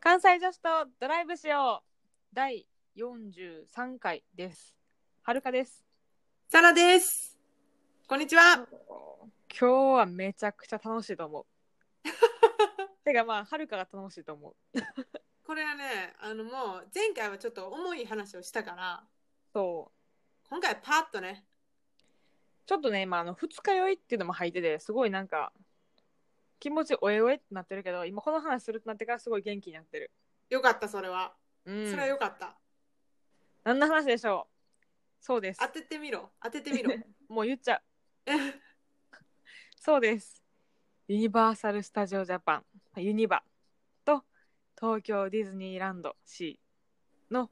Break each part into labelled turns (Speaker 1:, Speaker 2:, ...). Speaker 1: 関西女子とドライブしよう第43回です。はるかです。
Speaker 2: サラです。こんにちは。
Speaker 1: 今日はめちゃくちゃ楽しいと 思う。てかまあ、はるかが楽しいと思う。
Speaker 2: これはね、あのもう前回はちょっと重い話をしたから、
Speaker 1: そ
Speaker 2: 今回はパッとね、
Speaker 1: う。ちょっとね、まあ、あの、二日酔いっていうのも入ってて、すごいなんか、気持ちおえおえってなってるけど、今この話するとなってからすごい元気になってる。
Speaker 2: よかったそれは。
Speaker 1: うん。
Speaker 2: それはよかった。
Speaker 1: 何の話でしょうそうです
Speaker 2: 当。ててみろ。当ててみ ろ。
Speaker 1: もう言っちゃう。
Speaker 2: え
Speaker 1: そうです。ユニバーサル・スタジオ・ジャパン、ユニバと東京ディズニーランド C の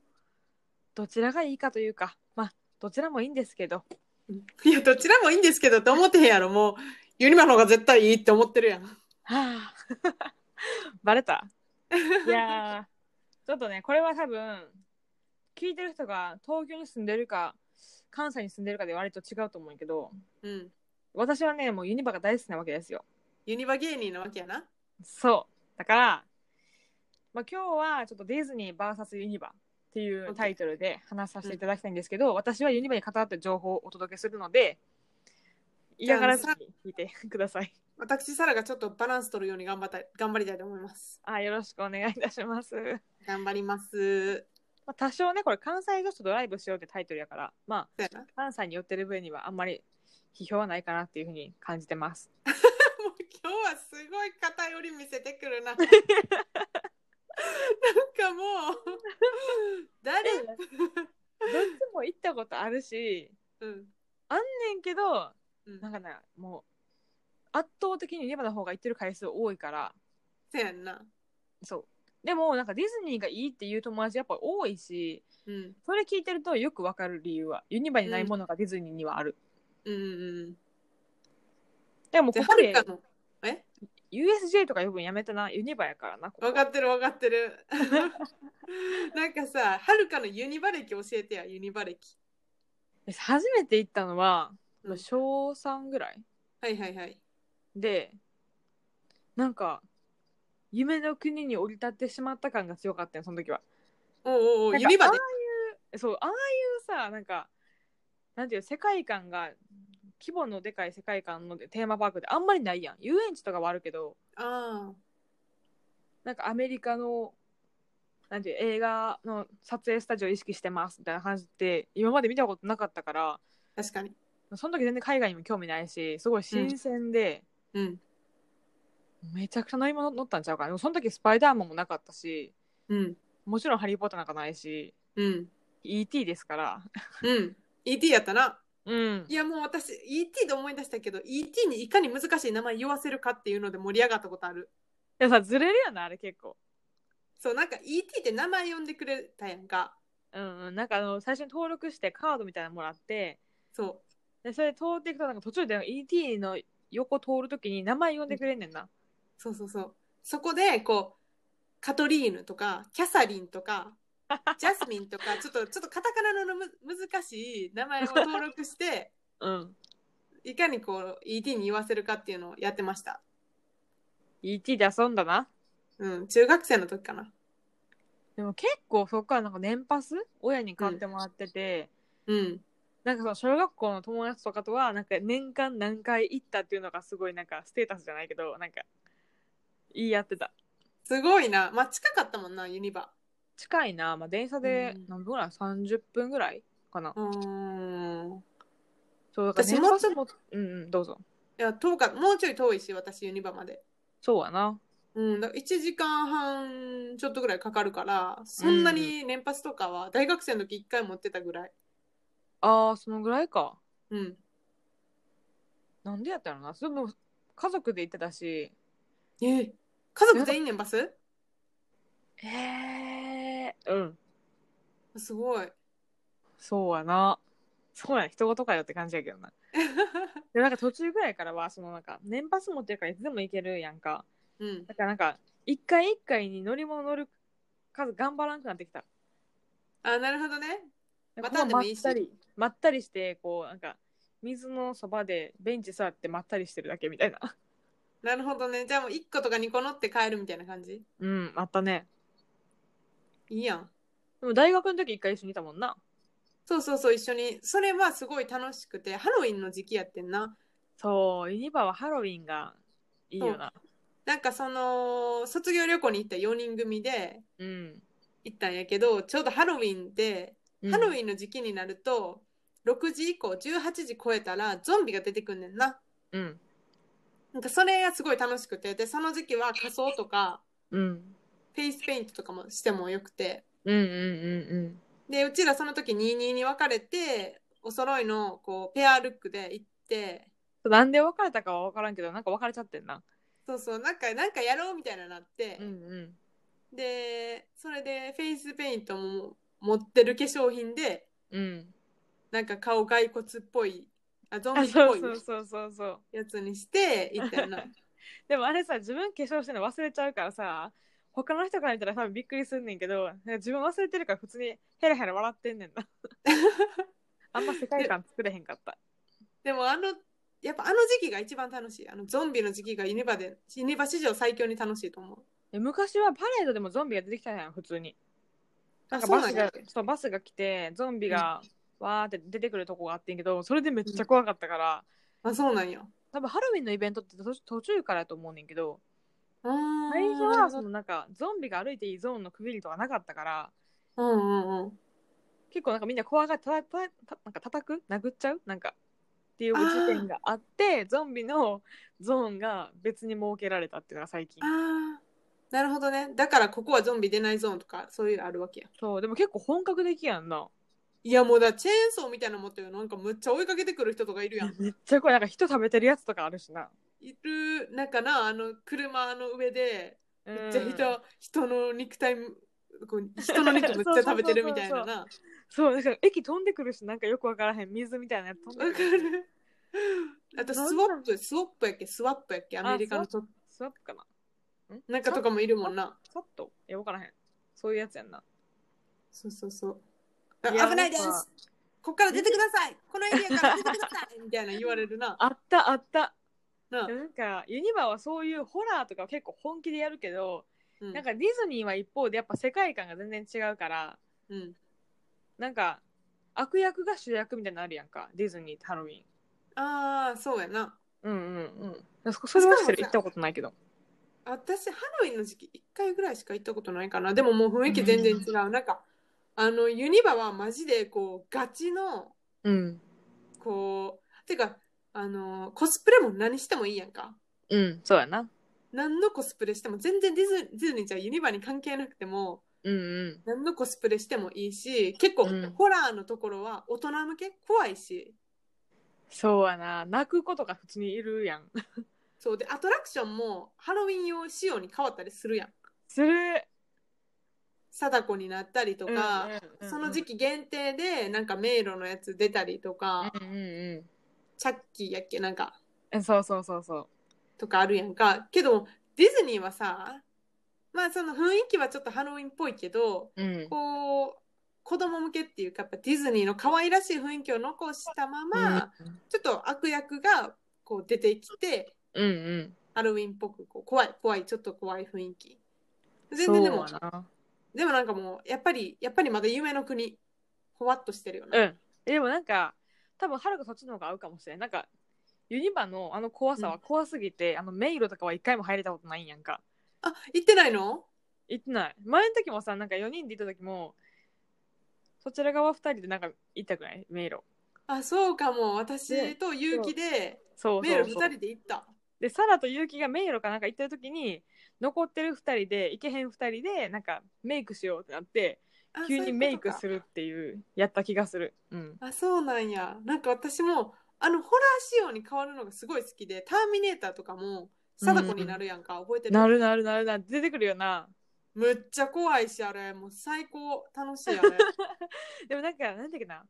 Speaker 1: どちらがいいかというか、まあ、どちらもいいんですけど、
Speaker 2: いや、どちらもいいんですけどって思ってへんやろ。もうユニバの方が絶対いいって思ってるやん。
Speaker 1: はあ、 バレた。いやー、ちょっとね、これは多分、聞いてる人が東京に住んでるか、関西に住んでるかで割と違うと思うんやけど、
Speaker 2: うん。
Speaker 1: 私はね、もうユニバが大好きなわけですよ。
Speaker 2: ユニバ芸人なわけやな。
Speaker 1: そう。だから、まあ、今日はちょっとディズニー VS ユニバっていうタイトルで話させていただきたいんですけど、私はユニバに関わった情報をお届けするので、嫌がらずに聞いてください。
Speaker 2: 私、サラがちょっとバランス取るように頑張った頑張りたいと思います。
Speaker 1: あよろしくお願いいたします。
Speaker 2: 頑張ります。
Speaker 1: まあ、多少ね、これ関西女子とドライブしようってタイトルやから、ま
Speaker 2: そうやなも
Speaker 1: あ、関西に寄ってる分にはあんまり批評はないかなっていうふうに感じてます。
Speaker 2: う今日はすごい偏り見せてくる な。なんかもう誰、
Speaker 1: どっちも行ったことあるし、
Speaker 2: うん
Speaker 1: ねんけど、
Speaker 2: うん
Speaker 1: なんかね、もう、圧倒的にユニバの方が行ってる回数多いから、
Speaker 2: せやんな、
Speaker 1: そう。でも、なんかディズニーがいいっていう友達やっぱ多いし、
Speaker 2: うん、
Speaker 1: それ聞いてるとよくわかる理由は、ユニバにないものがディズニーにはある。
Speaker 2: うんうん
Speaker 1: でも、
Speaker 2: で
Speaker 1: ここ
Speaker 2: はる
Speaker 1: で
Speaker 2: かのえ
Speaker 1: USJ とか呼ぶんやめたな、ユニバやからな。ここ
Speaker 2: 分かってる分かって るなんかさはるかのユニバ歴教えてやユニバ歴、
Speaker 1: 初めて行ったのは、
Speaker 2: うんは
Speaker 1: 小3ぐらい
Speaker 2: いはいはい
Speaker 1: で、なんか、夢の国に降り立ってしまった感が強かったよ、その時は。
Speaker 2: おうおうお
Speaker 1: な
Speaker 2: うん
Speaker 1: か
Speaker 2: ユニバで
Speaker 1: そうああいうさなんかなんていう世界観が規模のでかい世界観のテーマパークってあんまりないやん遊園地とかはあるけど
Speaker 2: ああ
Speaker 1: なんかアメリカのなんていう映画の撮影スタジオを意識してますみたいな感じって今まで見たことなかったから
Speaker 2: 確かに
Speaker 1: その時全然海外にも興味ないしすごい新鮮で、
Speaker 2: うん
Speaker 1: めちゃくちゃ乗り物乗ったんちゃうかなでもその時スパイダーマンもなかったし
Speaker 2: うん
Speaker 1: もちろん「ハリー・ポッター」なんかないし
Speaker 2: うん
Speaker 1: ET ですから
Speaker 2: うん ET やったな
Speaker 1: うん
Speaker 2: いやもう私 ET と思い出したけど ET にいかに難しい名前言わせるかっていうので盛り上がったことある
Speaker 1: でもさずれるよなあれ結構
Speaker 2: そうなんか ET って名前呼んでくれたやんか
Speaker 1: うんうん、なんかあの最初に登録してカードみたいなのもらって
Speaker 2: そう
Speaker 1: でそれ通っていくとなんか途中で ET の横通るときに名前呼んでくれんねんな、
Speaker 2: そうそうそう。そこで、こう、カトリーヌとか、キャサリンとか、ジャスミンとか、ちょっと、ちょっとカタカナのむ難しい名前を登録して、
Speaker 1: うん、
Speaker 2: いかにこう、ET に言わせるかっていうのをやってました。
Speaker 1: ET で遊んだな
Speaker 2: うん、中学生の時かな。
Speaker 1: でも結構そこからなんか年パス親に買ってもらってて、
Speaker 2: うん。
Speaker 1: なんかその小学校の友達とかとはなんか年間何回行ったっていうのがすごいなんかステータスじゃないけどなんか言い合ってた
Speaker 2: すごいな。まあ、近かったもんな、ユニバ。
Speaker 1: 近いな、まあ、電車で
Speaker 2: うん
Speaker 1: 何分ぐらい、30分ぐらいかな、
Speaker 2: うーん。い
Speaker 1: そうだから
Speaker 2: 私
Speaker 1: 年
Speaker 2: も
Speaker 1: パスもうんうんどうぞ
Speaker 2: や、遠かもうちょい遠いし、私、ユニバまで。
Speaker 1: そうやな
Speaker 2: うん、だ1時間半ちょっとぐらいかかるから、そんなに年パスとかは、大学生の時1回持ってたぐらい。
Speaker 1: あーそのぐらいか
Speaker 2: うん。
Speaker 1: なんでやったのなそれも家族で行ってたし
Speaker 2: え家族全員年パス
Speaker 1: ええうん
Speaker 2: すごい。
Speaker 1: そうやなそうやな人事かよって感じやけどなでなんか途中ぐらいからはそのなんか年パス持ってるからいつでも行けるやんか
Speaker 2: うん。
Speaker 1: だからなんか一回一回に乗り物乗る数頑張らんくなってきた
Speaker 2: あ、なるほどね。
Speaker 1: なんか
Speaker 2: またんでもいいし
Speaker 1: ここはまったりまったりしてこうなんか水のそばでベンチ座ってまったりしてるだけみたいな
Speaker 2: なるほどね。じゃあもう1個とか2個乗って帰るみたいな感じ
Speaker 1: うんあったね
Speaker 2: いいやん。
Speaker 1: でも大学の時一回一緒にいたもんな。
Speaker 2: そうそうそう、一緒に。それはすごい楽しくて、ハロウィンの時期やってんな。
Speaker 1: そう、ユニバはハロウィンがいいよな。
Speaker 2: なんかその、卒業旅行に行った4人組で
Speaker 1: うん。
Speaker 2: 行ったんやけど、ちょうどハロウィンで、ハロウ
Speaker 1: ン
Speaker 2: ィンの時期になると、6時以降、18時超えたらゾンビが出てくんねんな。
Speaker 1: うん。
Speaker 2: なんかそれがすごい楽しくて、で、その時期は仮装とか、
Speaker 1: うん。
Speaker 2: フェイスペイントとかもしてもよくて。
Speaker 1: うんうんうん
Speaker 2: で、うちらその時22に分かれて、お揃いのこうペアルックで行って、
Speaker 1: うん。なんで別れたかは分からんけど、なんか別れちゃってんな。
Speaker 2: そうそう、なんか、なんかやろうみたいななって、
Speaker 1: うん。
Speaker 2: で、それでフェイスペイントも持ってる化粧品で、
Speaker 1: うん。
Speaker 2: なんか顔骸骨っぽい、あ、ゾンビ
Speaker 1: あ
Speaker 2: っ
Speaker 1: そ
Speaker 2: ぽ
Speaker 1: う
Speaker 2: い
Speaker 1: そうそうそうそう。
Speaker 2: やつにして行った よな。
Speaker 1: でもあれさ、自分化粧してるの忘れちゃうからさ、他の人から見たら多分びっくりすんねんけど、なんか自分忘れてるから普通にヘラヘラ笑ってんねんな。あんま世界観作れへんかった。
Speaker 2: でもあの、やっぱあの時期が一番楽しい。あのゾンビの時期がユニバで、ユニバ史上最強に楽しいと思う。
Speaker 1: え昔はパレードでもゾンビが出てきたやん、普通に。な
Speaker 2: あ、
Speaker 1: んか
Speaker 2: そう
Speaker 1: バ
Speaker 2: なん
Speaker 1: スが
Speaker 2: や。
Speaker 1: そうバスが来てゾンビがわーって出てくるとこがあってんけどそれでめっちゃ怖かったから、
Speaker 2: あ、そうなんや。
Speaker 1: 多分ハロウィンのイベントって途途中からやと思うねんけど
Speaker 2: うーん
Speaker 1: 最初はそのなんかゾンビが歩いていいゾーンの区切りとかなかったから
Speaker 2: うんうんうん。
Speaker 1: 結構なんかみんな怖がってたたたなんか叩く殴っちゃうなんかっていう事件があってゾンビのゾーンが別に設けられたっていうのが最近
Speaker 2: ああ、なるほどね。だからここはゾンビ出ないゾーンとか、そういうのあるわけや。
Speaker 1: そうでも結構本格的やんない
Speaker 2: や、もうだ、チェーンソーみたいなの持ってるなんかむっちゃ追いかけてくる人とかいるやん。
Speaker 1: めっちゃ怖いなんか人食べてるやつとかあるしない
Speaker 2: る、なんかな、あの、車の上で、
Speaker 1: め
Speaker 2: めっちゃ人、人の肉体、こう人の肉めっちゃ食べてるみたいなな。わ
Speaker 1: そう、なんか駅飛んでくるし、なんかよくわからへん、水みたいなやつ飛ん
Speaker 2: か
Speaker 1: でくる。
Speaker 2: る。あと、スワップ、スワップやっけ、スワップやっけ、アメリカのと、
Speaker 1: スワップかな
Speaker 2: なんかとか
Speaker 1: も。
Speaker 2: もいるもんな。
Speaker 1: ちょっといや、わからへん。そういうやつやんな。
Speaker 2: そうそうそう。あ
Speaker 1: いや
Speaker 2: 危ないです
Speaker 1: なんか
Speaker 2: こっから出てくださいこのエリアから出てくださいみたいな言われるな。
Speaker 1: あった、あった。
Speaker 2: なあ
Speaker 1: でもなんか、ユニバはそういうホラーとか結構本気でやるけど、
Speaker 2: うん
Speaker 1: なんかディズニーは一方でやっぱ世界観が全然違うから、
Speaker 2: うん、
Speaker 1: なんか、悪役が主役みたいなのあるやんか、ディズニーってハロウィン。
Speaker 2: ああ、そうやな。
Speaker 1: うんうんうん。そそれはしてる
Speaker 2: しか
Speaker 1: 行
Speaker 2: もさ
Speaker 1: ったことないけど。
Speaker 2: 私、ハロウィンの時期、1回ぐらいしか行ったことないかな。でももう雰囲気全然違う。なんか、あの、ユニバはマジで、こう、ガチの、
Speaker 1: うん。
Speaker 2: こう、てか、あの、コスプレも何してもいいやんか。
Speaker 1: うん、そうやな。
Speaker 2: 何のコスプレしても、全然ディズディズニーじゃユニバに関係なくても、
Speaker 1: うんうん。
Speaker 2: 何のコスプレしてもいいし、結構、
Speaker 1: うん
Speaker 2: ホラーのところは大人向け怖いし、
Speaker 1: そうやな。泣く子とか普通にいるやん。
Speaker 2: そうで、アトラクションもハロウィン用仕様に変わったりするやん。
Speaker 1: する。
Speaker 2: 貞子になったりとか、その時
Speaker 1: 期
Speaker 2: 期限定でなんか迷路のやつ出たりとか、
Speaker 1: うんうんうん
Speaker 2: チャッキーやっけなんか
Speaker 1: えそうそうそうそう
Speaker 2: とかあるやんかけどディズニーはさまあその雰囲気はちょっとハロウィンっぽいけど
Speaker 1: うん
Speaker 2: こう子供向けっていうかやっぱディズニーの可愛らしい雰囲気を残したまま、ちょっと悪役がこう出てきて
Speaker 1: うんうん
Speaker 2: ハロウィンっぽくこう怖い怖いちょっと怖い雰囲気全然でも
Speaker 1: そうやな
Speaker 2: でもなんかもうやっぱりやっぱりまだ夢の国ほわっとしてるよな、
Speaker 1: うんでもなんか多分はるかそっちの方が合うかもしれないなんかユニバのあの怖さは怖すぎて、あの迷路とかは一回も入れたことないんやんか
Speaker 2: あ行ってないの
Speaker 1: 行ってない前の時もさなんか4人で行った時もそちら側2人でなんか行ったくない迷路
Speaker 2: あ、そうかも。
Speaker 1: ね
Speaker 2: 私と結城で、
Speaker 1: そう
Speaker 2: メ
Speaker 1: そ
Speaker 2: ー
Speaker 1: う
Speaker 2: ル
Speaker 1: そう
Speaker 2: 二人で行った。
Speaker 1: でサラと結城が迷路かなんか行ってる時に残ってる2人で行けへん2人でなんかメイクしようってなって
Speaker 2: あ
Speaker 1: 急にメイクす
Speaker 2: そういう
Speaker 1: るっていうやった気がするうん
Speaker 2: ことかあ、そうなんや。なんか私も、あの、ホラー仕様に変わるのがすごい好きで、ターミネーターとかも、貞子になるやんか、覚えてる
Speaker 1: なるなるなるなる出てくるよな
Speaker 2: むっちゃ怖いし、あれ、もう最高、楽しいあ れ。
Speaker 1: でもなんかなんだっけな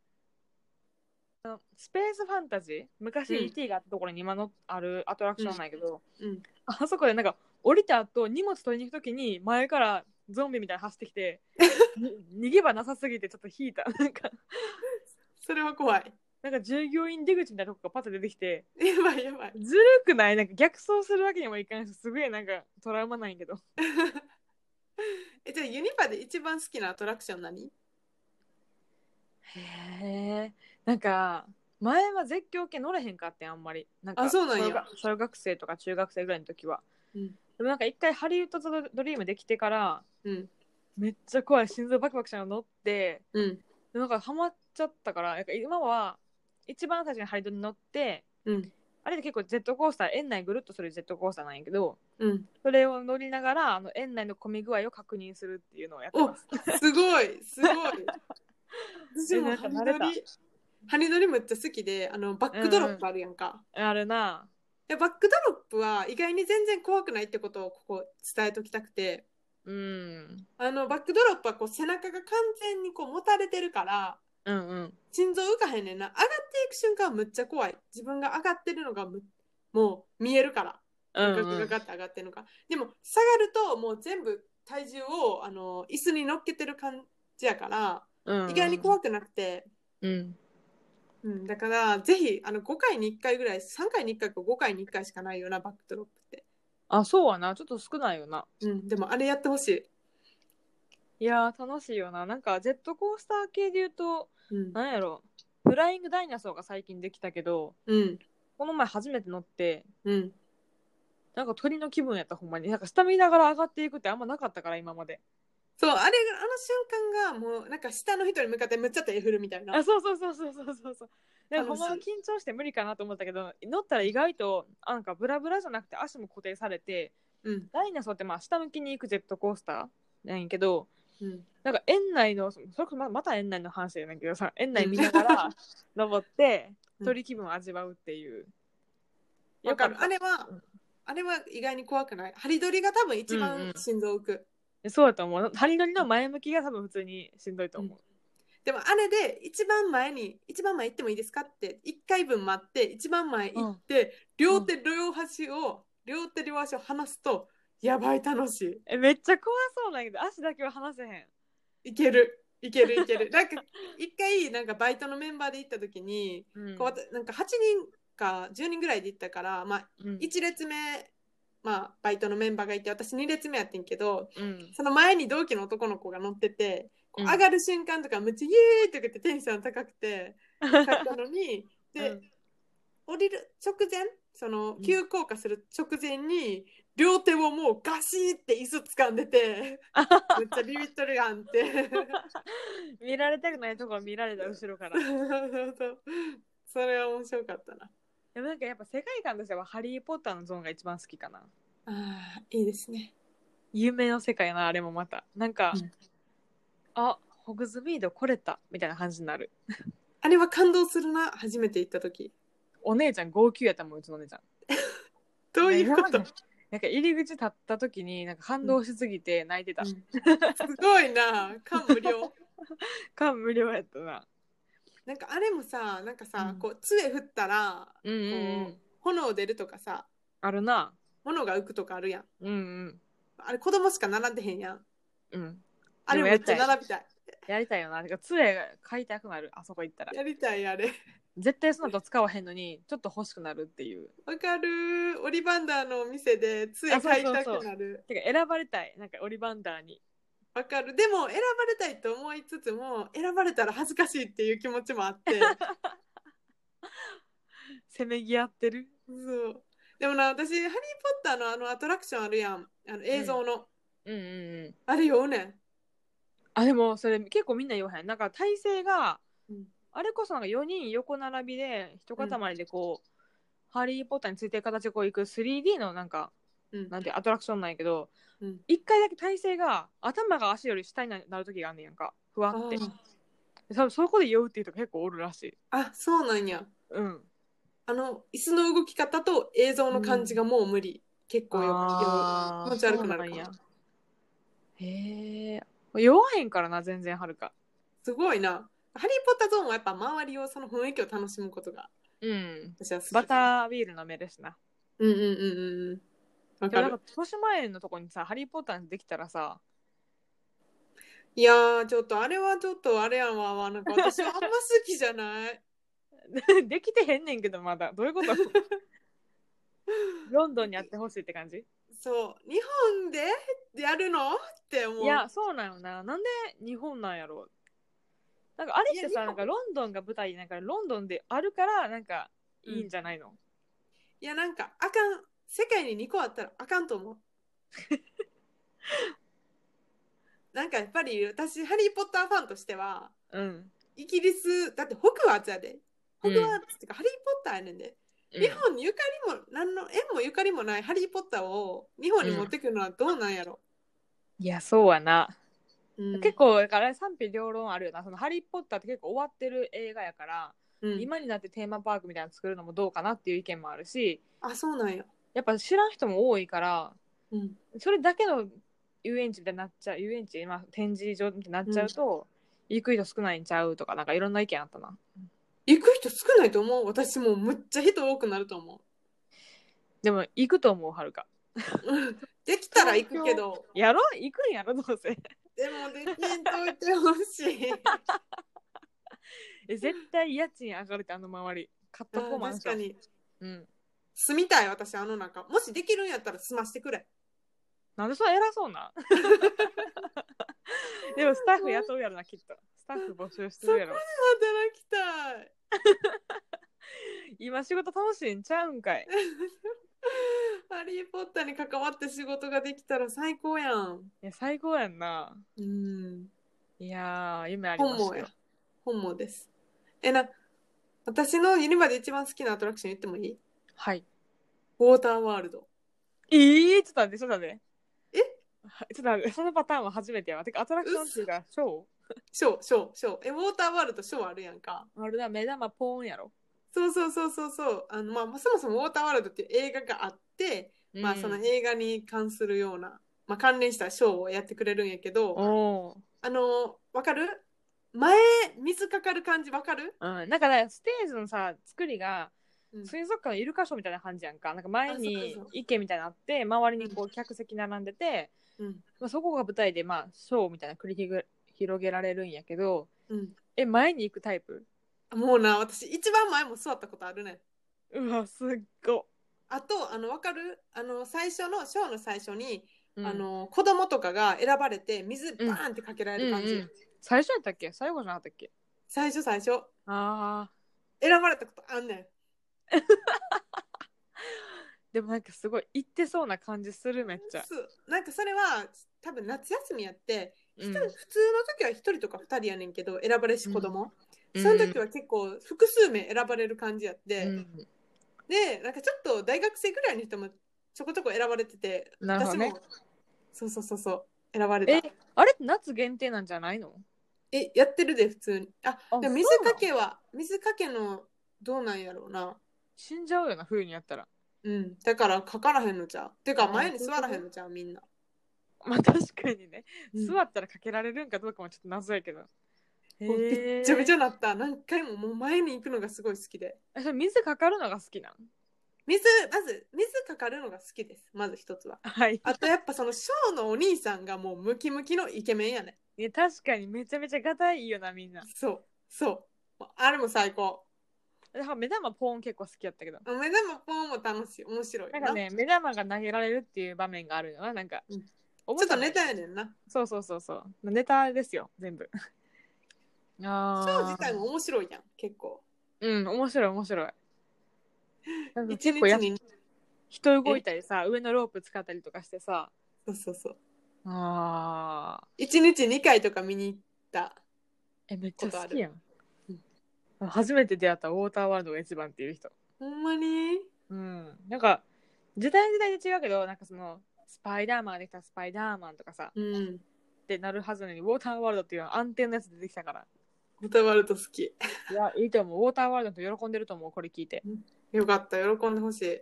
Speaker 1: あのスペースファンタジー昔
Speaker 2: うん
Speaker 1: ET があったところに今のあるアトラクションなんやけど、
Speaker 2: うん。
Speaker 1: あそこでなんか降りた後荷物取りに行く時に前からゾンビみたいに走ってき てに逃げ場なさすぎてちょっと引いた なんか
Speaker 2: それは怖い。
Speaker 1: なんか従業員出口みたいなとこがパッと出てきて
Speaker 2: やばいやばい。
Speaker 1: ずるくないなんか逆走するわけにもいかんしすげえなんかトラウマなんやけど
Speaker 2: え、じゃあユニバで一番好きなアトラクション何
Speaker 1: へえなんか前は絶叫系乗れへんかってんあんまりなんか
Speaker 2: あそうなんや
Speaker 1: 小学小学生とか中学生ぐらいの時は、
Speaker 2: うん
Speaker 1: でもなんか一回ハリウッドドリームできてから
Speaker 2: うん。
Speaker 1: めっちゃ怖い心臓バクバクしたの乗って
Speaker 2: うん。
Speaker 1: でなんかハマっちゃったからなんか今は一番最初にハリウッドに乗って
Speaker 2: うん。
Speaker 1: あれで結構ジェットコースター園内ぐるっとするジェットコースターなんやけど
Speaker 2: うん。
Speaker 1: それを乗りながらあの園内の混み具合を確認するっていうのをやってます。
Speaker 2: すごい、すごい。私
Speaker 1: えな
Speaker 2: も
Speaker 1: んか
Speaker 2: ハ
Speaker 1: 慣
Speaker 2: ニ
Speaker 1: れた
Speaker 2: ドリ、ハニドリめっちゃ好きで、あの、バックドロップあるやんか。
Speaker 1: あるな。
Speaker 2: でバックドロップは意外に全然怖くないってことをここ伝えときたくて、
Speaker 1: うん。
Speaker 2: あの、バックドロップはこう背中が完全にこう持たれてるから、
Speaker 1: うんうん。
Speaker 2: 心臓浮かへんねんな。上がっていく瞬間はむっちゃ怖い。自分が上がってるのがむもう見えるから。
Speaker 1: うん
Speaker 2: ガク
Speaker 1: う
Speaker 2: ガ
Speaker 1: ん
Speaker 2: クガクって上がってるのが。でも下がるともう全部体重をあの椅子に乗っけてる感じやから、
Speaker 1: うんうん、
Speaker 2: 意外に怖くなくて、
Speaker 1: うん。
Speaker 2: うん、だからぜひあの5回に1回ぐらい、3回に1回か5回に1回しかないようなバックドロップって。
Speaker 1: あ、そうはな。ちょっと少ないよな。
Speaker 2: うん、でもあれやってほしい。
Speaker 1: いやー、楽しいよな。なんか、ジェットコースター系で言うと、
Speaker 2: うん。
Speaker 1: なんやろ、フライングダイナソーが最近できたけど、
Speaker 2: うん。
Speaker 1: この前初めて乗って、
Speaker 2: うん。
Speaker 1: なんか鳥の気分やった、ほんまに。なんか、下見ながら上がっていくってあんまなかったから、今まで。
Speaker 2: そう、あれが、あの瞬間がもうなんか下の人に向かってむっちゃ手振るみたいな
Speaker 1: あ、。そうそうそうそうそうそうそう。なんか、ほ
Speaker 2: 楽
Speaker 1: ん
Speaker 2: しい
Speaker 1: まは緊張して無理かなと思ったけど、乗ったら意外と、なんか、ブラブラじゃなくて足も固定されて、
Speaker 2: うん。
Speaker 1: ダイナソーってまあ、下向きに行くジェットコースターなんやけど、
Speaker 2: うん。
Speaker 1: なんか園内のそそれこそままた園内の話やねんけどさ園内見なが ら登って
Speaker 2: うん
Speaker 1: 鳥気分を味わうっていう。
Speaker 2: わかる。
Speaker 1: よ
Speaker 2: あれは
Speaker 1: うん、
Speaker 2: あれは意外に怖くない。ハリドリが多分一
Speaker 1: うんう
Speaker 2: 番
Speaker 1: ん
Speaker 2: 心臓浮く。
Speaker 1: そうだと思う。ハリドリの前向きが多分普通にしんどいと思う。
Speaker 2: でもあれで一番前に、一番前行ってもいいですかって、一回分待って、一番前行って、両手両端を、両手両足を離すと、やばい楽しい。
Speaker 1: えめっちゃ怖そうなんやけど足だけは離せへん。
Speaker 2: いける。いける いける。なんか、一回、なんかバイトのメンバーで行った時に、
Speaker 1: うん
Speaker 2: こうわたなんか8人か10人ぐらいで行ったから、まあ、
Speaker 1: うん
Speaker 2: 1列目、まあ、バイトのメンバーがいて私2列目やってんけど
Speaker 1: うん
Speaker 2: その前に同期の男の子が乗っててこう
Speaker 1: うん
Speaker 2: 上がる瞬間とかめっちゃ「イエーイ!」とか言ってテンション高くてよかったのに で、
Speaker 1: うん
Speaker 2: 降りる直前その
Speaker 1: うん
Speaker 2: 急降下する直前に両手をもうガシーって椅子掴んで てめっちゃビビっとるやんって
Speaker 1: 見られたくないところ見られた後ろから。
Speaker 2: それは面白かったな
Speaker 1: でもなんかやっぱ世界観としてはハリー・ポッターのゾーンが一番好きかな。
Speaker 2: あーいいですね
Speaker 1: 夢の世界やなあれもまた。なんか、
Speaker 2: うん
Speaker 1: あホグズミード来れたみたいな感じになる。
Speaker 2: あれは感動するな、初めて行った時。
Speaker 1: お姉ちゃん号泣やったもんうちのお姉ちゃん。
Speaker 2: どういうこ
Speaker 1: なん
Speaker 2: と、
Speaker 1: かなんか入り口立った時になんか感動しすぎて泣いてた。
Speaker 2: うんすごい な、感無量。
Speaker 1: 感無量やったな。
Speaker 2: なんかあれもさ、なんかさ、
Speaker 1: うん
Speaker 2: こう杖振ったら、
Speaker 1: うんうんうん
Speaker 2: こう。炎出るとかさ、
Speaker 1: あるな。
Speaker 2: 物が浮くとかあるやん。
Speaker 1: うん
Speaker 2: あれ子供しか並んでへんやん。
Speaker 1: うん。うん。
Speaker 2: あれ
Speaker 1: でも
Speaker 2: め
Speaker 1: や
Speaker 2: っ
Speaker 1: りた
Speaker 2: ち
Speaker 1: い
Speaker 2: ゃ並びたい。
Speaker 1: やりたいよな。てか杖が買いたくなる。あそこ行ったら。
Speaker 2: やりたいあれ。
Speaker 1: 絶対その後使わへんのに、ちょっと欲しくなるっていう。
Speaker 2: わかるー。オリバンダーのお店で杖買いたくなる。
Speaker 1: てか選ばれたい。なんかオリバンダーに。
Speaker 2: わかる。でも選ばれたいと思いつつも、選ばれたら恥ずかしいっていう気持ちも あって。
Speaker 1: せめぎ合ってる。
Speaker 2: そう。でもな、私、ハリー・ポッターのあのアトラクションあるやん。あの映像の。
Speaker 1: うんうんうん。
Speaker 2: あれよねん。
Speaker 1: あ、でもそれ結構みんな言わへん。なんか体勢が、
Speaker 2: うん
Speaker 1: あれこそなんか4人横並びで、一塊でこう、ハリー・ポッターについてる形でこう行く 3D のなんか、
Speaker 2: うん
Speaker 1: なんてアトラクションなんやけど、
Speaker 2: うん
Speaker 1: 一回だけ体勢が頭が足より下になる時があんねやんかふわって
Speaker 2: あ
Speaker 1: 多分そこで酔うっていう人が結構おるらしい
Speaker 2: あ、そうなんや。
Speaker 1: うん
Speaker 2: あの、椅子の動き方と映像の感じがもう無理。結構よ、
Speaker 1: あ
Speaker 2: よ
Speaker 1: ー
Speaker 2: 気持ち悪くな
Speaker 1: そ
Speaker 2: る
Speaker 1: うん
Speaker 2: か
Speaker 1: や
Speaker 2: ら。
Speaker 1: へえ酔わへんからな全然はるか
Speaker 2: すごいな。ハリー・ポッターゾーンはやっぱ周りをその雰囲気を楽しむことが
Speaker 1: うん
Speaker 2: 私は好き。
Speaker 1: バタービール飲めるしな
Speaker 2: うんうんうんうんうん。わ
Speaker 1: でもな
Speaker 2: か
Speaker 1: んか
Speaker 2: る。
Speaker 1: 豊島園のとこにさ「ハリー・ポッター」できたら さ
Speaker 2: いやー、ちょっとあれはちょっとあれやんわ。なんか私はあんま好きじゃない。
Speaker 1: でできてへんねんけどまだどういうことロンドンにあってほしいって感じ
Speaker 2: そう日本でやるのって思う
Speaker 1: いやそうなんよななんで日本なんやろうなんかあれって
Speaker 2: いや
Speaker 1: さ
Speaker 2: 日本
Speaker 1: なんかロンドンが舞台なんかロンドンであるからなんかいいんじゃないの、
Speaker 2: いやなんかあかん世界に2個あったらあかんと思うなんかやっぱり私ハリー・ポッターファンとしては
Speaker 1: うん、
Speaker 2: イギリスだってホクワーツやでホクワーツっていうか、ハリー・ポッターやねんで日本にゆかりも何の縁もゆかりもないハリー・ポッターを日本に持ってくるのはどうなんやろ、
Speaker 1: いやそうやな、
Speaker 2: うん
Speaker 1: 結、構だから賛否両論あるよなその「ハリー・ポッター」って結構終わってる映画やから、
Speaker 2: うん
Speaker 1: 今になってテーマパークみたいなの作るのもどうかなっていう意見もあるし
Speaker 2: あそうなんや、
Speaker 1: やっぱ知らん人も多いから
Speaker 2: うん、
Speaker 1: それだけの遊園地みたいになっちゃう遊園地、まあ、展示場みたいになっちゃうと、行く人少ないんちゃうとかなんかいろんな意見あったな
Speaker 2: 行く人少ないと思う私もうむっちゃ人多くなると思
Speaker 1: でも行くと思うはるか
Speaker 2: ううんできたら行くけど
Speaker 1: やろ行くんやろどうせ
Speaker 2: でもできんといてほしい
Speaker 1: え絶対家賃上がるってあの周り買っとこう
Speaker 2: うん
Speaker 1: マン
Speaker 2: 確
Speaker 1: ショ
Speaker 2: か
Speaker 1: ン、
Speaker 2: に
Speaker 1: うん、
Speaker 2: 住みたい私あの中もしできるんやったら住ましてくれ
Speaker 1: なんでそんな偉そうな でもスタッフ雇うやろなきっとスタッフ募集してるやろ
Speaker 2: 働きたい
Speaker 1: 今仕事楽しいんちゃうんかい
Speaker 2: ハリー・ポッターに関わって仕事ができたら最高やん
Speaker 1: いや最高やんな
Speaker 2: うん
Speaker 1: いやー夢ありま
Speaker 2: 本
Speaker 1: し
Speaker 2: 望
Speaker 1: た
Speaker 2: や
Speaker 1: よ
Speaker 2: 本望です。え、な、私のユニバで一番好きなアトラクション言ってもいい
Speaker 1: はい
Speaker 2: ウォーターワールド。
Speaker 1: えー、ちょっと待ってちょっと待って
Speaker 2: え
Speaker 1: はちょっと待ってそのパターンは初めてやわてかアトラクションっていうかショ
Speaker 2: ショー、ショー、ショー。え、ウォーターワールド、ショーあるやんか。
Speaker 1: ーあれだ目玉ポーンやろ
Speaker 2: そうそうそうそうそう。あの、まあ、そもそもウォーターワールドっていう映画があって、まあ、その
Speaker 1: うん
Speaker 2: 映画に関するような、まあ、関連したショーをやってくれるんやけど、
Speaker 1: おー
Speaker 2: あの、わかる前、水かかる感じわかる
Speaker 1: うん、なんかねステージのさ作りが
Speaker 2: うん
Speaker 1: 水族館のイルカショーみたいな感じやんかなんか前
Speaker 2: あ
Speaker 1: に
Speaker 2: そうそう
Speaker 1: 池みたいなのあって周りにこう客席並んでて、
Speaker 2: うん。
Speaker 1: まあ、そこが舞台でまあショーみたいな繰り広げられるんやけど
Speaker 2: うん。
Speaker 1: え前に行くタイプ
Speaker 2: もうな、私、一番前も座ったことあるねん。
Speaker 1: うわすっご、
Speaker 2: あと、あの、わかるあの、最初の、ショーの最初に、
Speaker 1: うん
Speaker 2: あの子供とかが選ばれて水バーンってかけられる感じ、
Speaker 1: うんうん最初やったっけ最後じゃなかったっけ
Speaker 2: 最初最初
Speaker 1: あー
Speaker 2: 選ばれたことあんねん
Speaker 1: でもなんかすごい行ってそうな感じするめっちゃ、
Speaker 2: そうなんかそれは多分夏休みやって、
Speaker 1: うん
Speaker 2: 一人普通の時は1人とか2人やねんけど選ばれし子供、
Speaker 1: うん
Speaker 2: その時は結構複数名選ばれる感じやって、
Speaker 1: うん
Speaker 2: でなんかちょっと大学生ぐらいの人もちょこちょこ選ばれてて
Speaker 1: なるほどね
Speaker 2: 私もそうそうそうそう選ばれ
Speaker 1: え
Speaker 2: た
Speaker 1: あれって夏限定なんじゃないの
Speaker 2: えやってるで普通にあ
Speaker 1: あ
Speaker 2: でも水かけは水かけのどうなんやろうな
Speaker 1: 死んじゃうよな冬にやったら
Speaker 2: うん、だからかからへんのじゃう。てか
Speaker 1: あー
Speaker 2: 前に座らへんのじゃうみんな。
Speaker 1: まあ確かにね座
Speaker 2: っ
Speaker 1: ったらかけられるんかどうかもちょっと謎やけど。へ
Speaker 2: もうび
Speaker 1: ー
Speaker 2: っちゃびちゃなった。何回ももう前に行くのがすごい好きで。
Speaker 1: えそれ水かかるのが好きなん
Speaker 2: 水、まず水かかるのが好きです。まず一つは。
Speaker 1: はい。
Speaker 2: あとやっぱそのショーのお兄さんがもうムキムキのイケメンやね。
Speaker 1: ね、確かにめちゃめちゃがたいいよな、みんな。
Speaker 2: そう、そう。もうあれも最高。
Speaker 1: だから目玉ポーン結構好きやったけど。
Speaker 2: 目玉ポンも楽しい。面白い
Speaker 1: なんかね、目玉が投げられるっていう場面があるよな、なんか。
Speaker 2: うん
Speaker 1: 面
Speaker 2: ちょっと
Speaker 1: 白い
Speaker 2: ネタやねんな。
Speaker 1: そうそうそうそう。ネタですよ、全部。
Speaker 2: シ
Speaker 1: あ
Speaker 2: ョ
Speaker 1: あ。
Speaker 2: ー自体も面白いやん、結構。
Speaker 1: うん、面白い、面白い。なんか
Speaker 2: 一
Speaker 1: 結
Speaker 2: 日
Speaker 1: 構や
Speaker 2: に。
Speaker 1: 人動いたりさ、上のロープ使ったりとかしてさ。
Speaker 2: そうそうそう。
Speaker 1: ああ。
Speaker 2: 一日2回とか見に行った。
Speaker 1: え、めっちゃ好きやん
Speaker 2: こと。
Speaker 1: 初めて出会ったウォーターワールドが一番っていう人。
Speaker 2: ほんまに
Speaker 1: うん、なんか時代時代で違うけどなんかそのスパイダーマンができたらスパイダーマンとかさ
Speaker 2: うん。
Speaker 1: ってなるはずなのにウォーターワールドっていうのは安定のやつ出てきたから
Speaker 2: またワルト好き。
Speaker 1: いやいいと思うウォーターワールドと喜んでると思うこれ聞いて
Speaker 2: よかった、喜んでほしい。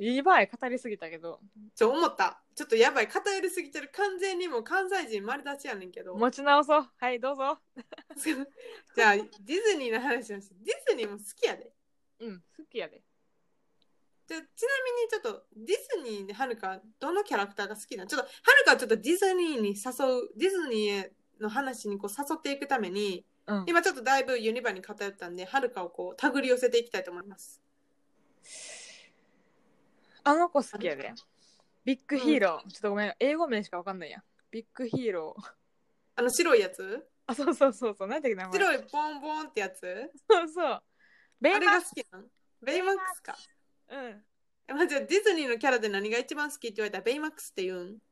Speaker 1: いい場合語りすぎたけど
Speaker 2: ちょ、思った。ちょっとやばい、偏りすぎてる。完全にもう関西人丸出しやねんけど。
Speaker 1: 持ち直そうはいどうぞ
Speaker 2: じゃあ、ディズニーの話をして、ディズニーも好きやで。
Speaker 1: うん好きやで
Speaker 2: じゃあちなみにちょっとディズニーではるかどのキャラクターが好きなのちょっとはるかはちょっとディズニーに誘うディズニーへの話にこう誘っていくために
Speaker 1: うん
Speaker 2: 今ちょっとだいぶユニバに偏ったんではるかをこう手繰り寄せていきたいと思います。
Speaker 1: あの子好きやで。ビッグヒーロー。ちょっとごめん。英語名しかわかんないや。ビッグヒーロー。
Speaker 2: あの白いやつ
Speaker 1: あ、そうそうそうそう。なんだっけ名前。
Speaker 2: 白いボンボンってやつ
Speaker 1: そうそう。ベ
Speaker 2: あ
Speaker 1: イ
Speaker 2: れ
Speaker 1: マ
Speaker 2: が
Speaker 1: ック
Speaker 2: 好きなのベイマックスか。
Speaker 1: うん。
Speaker 2: え、まあ、じゃあディズニーのキャラで何が一番好きって言われたらベイマックスって言うん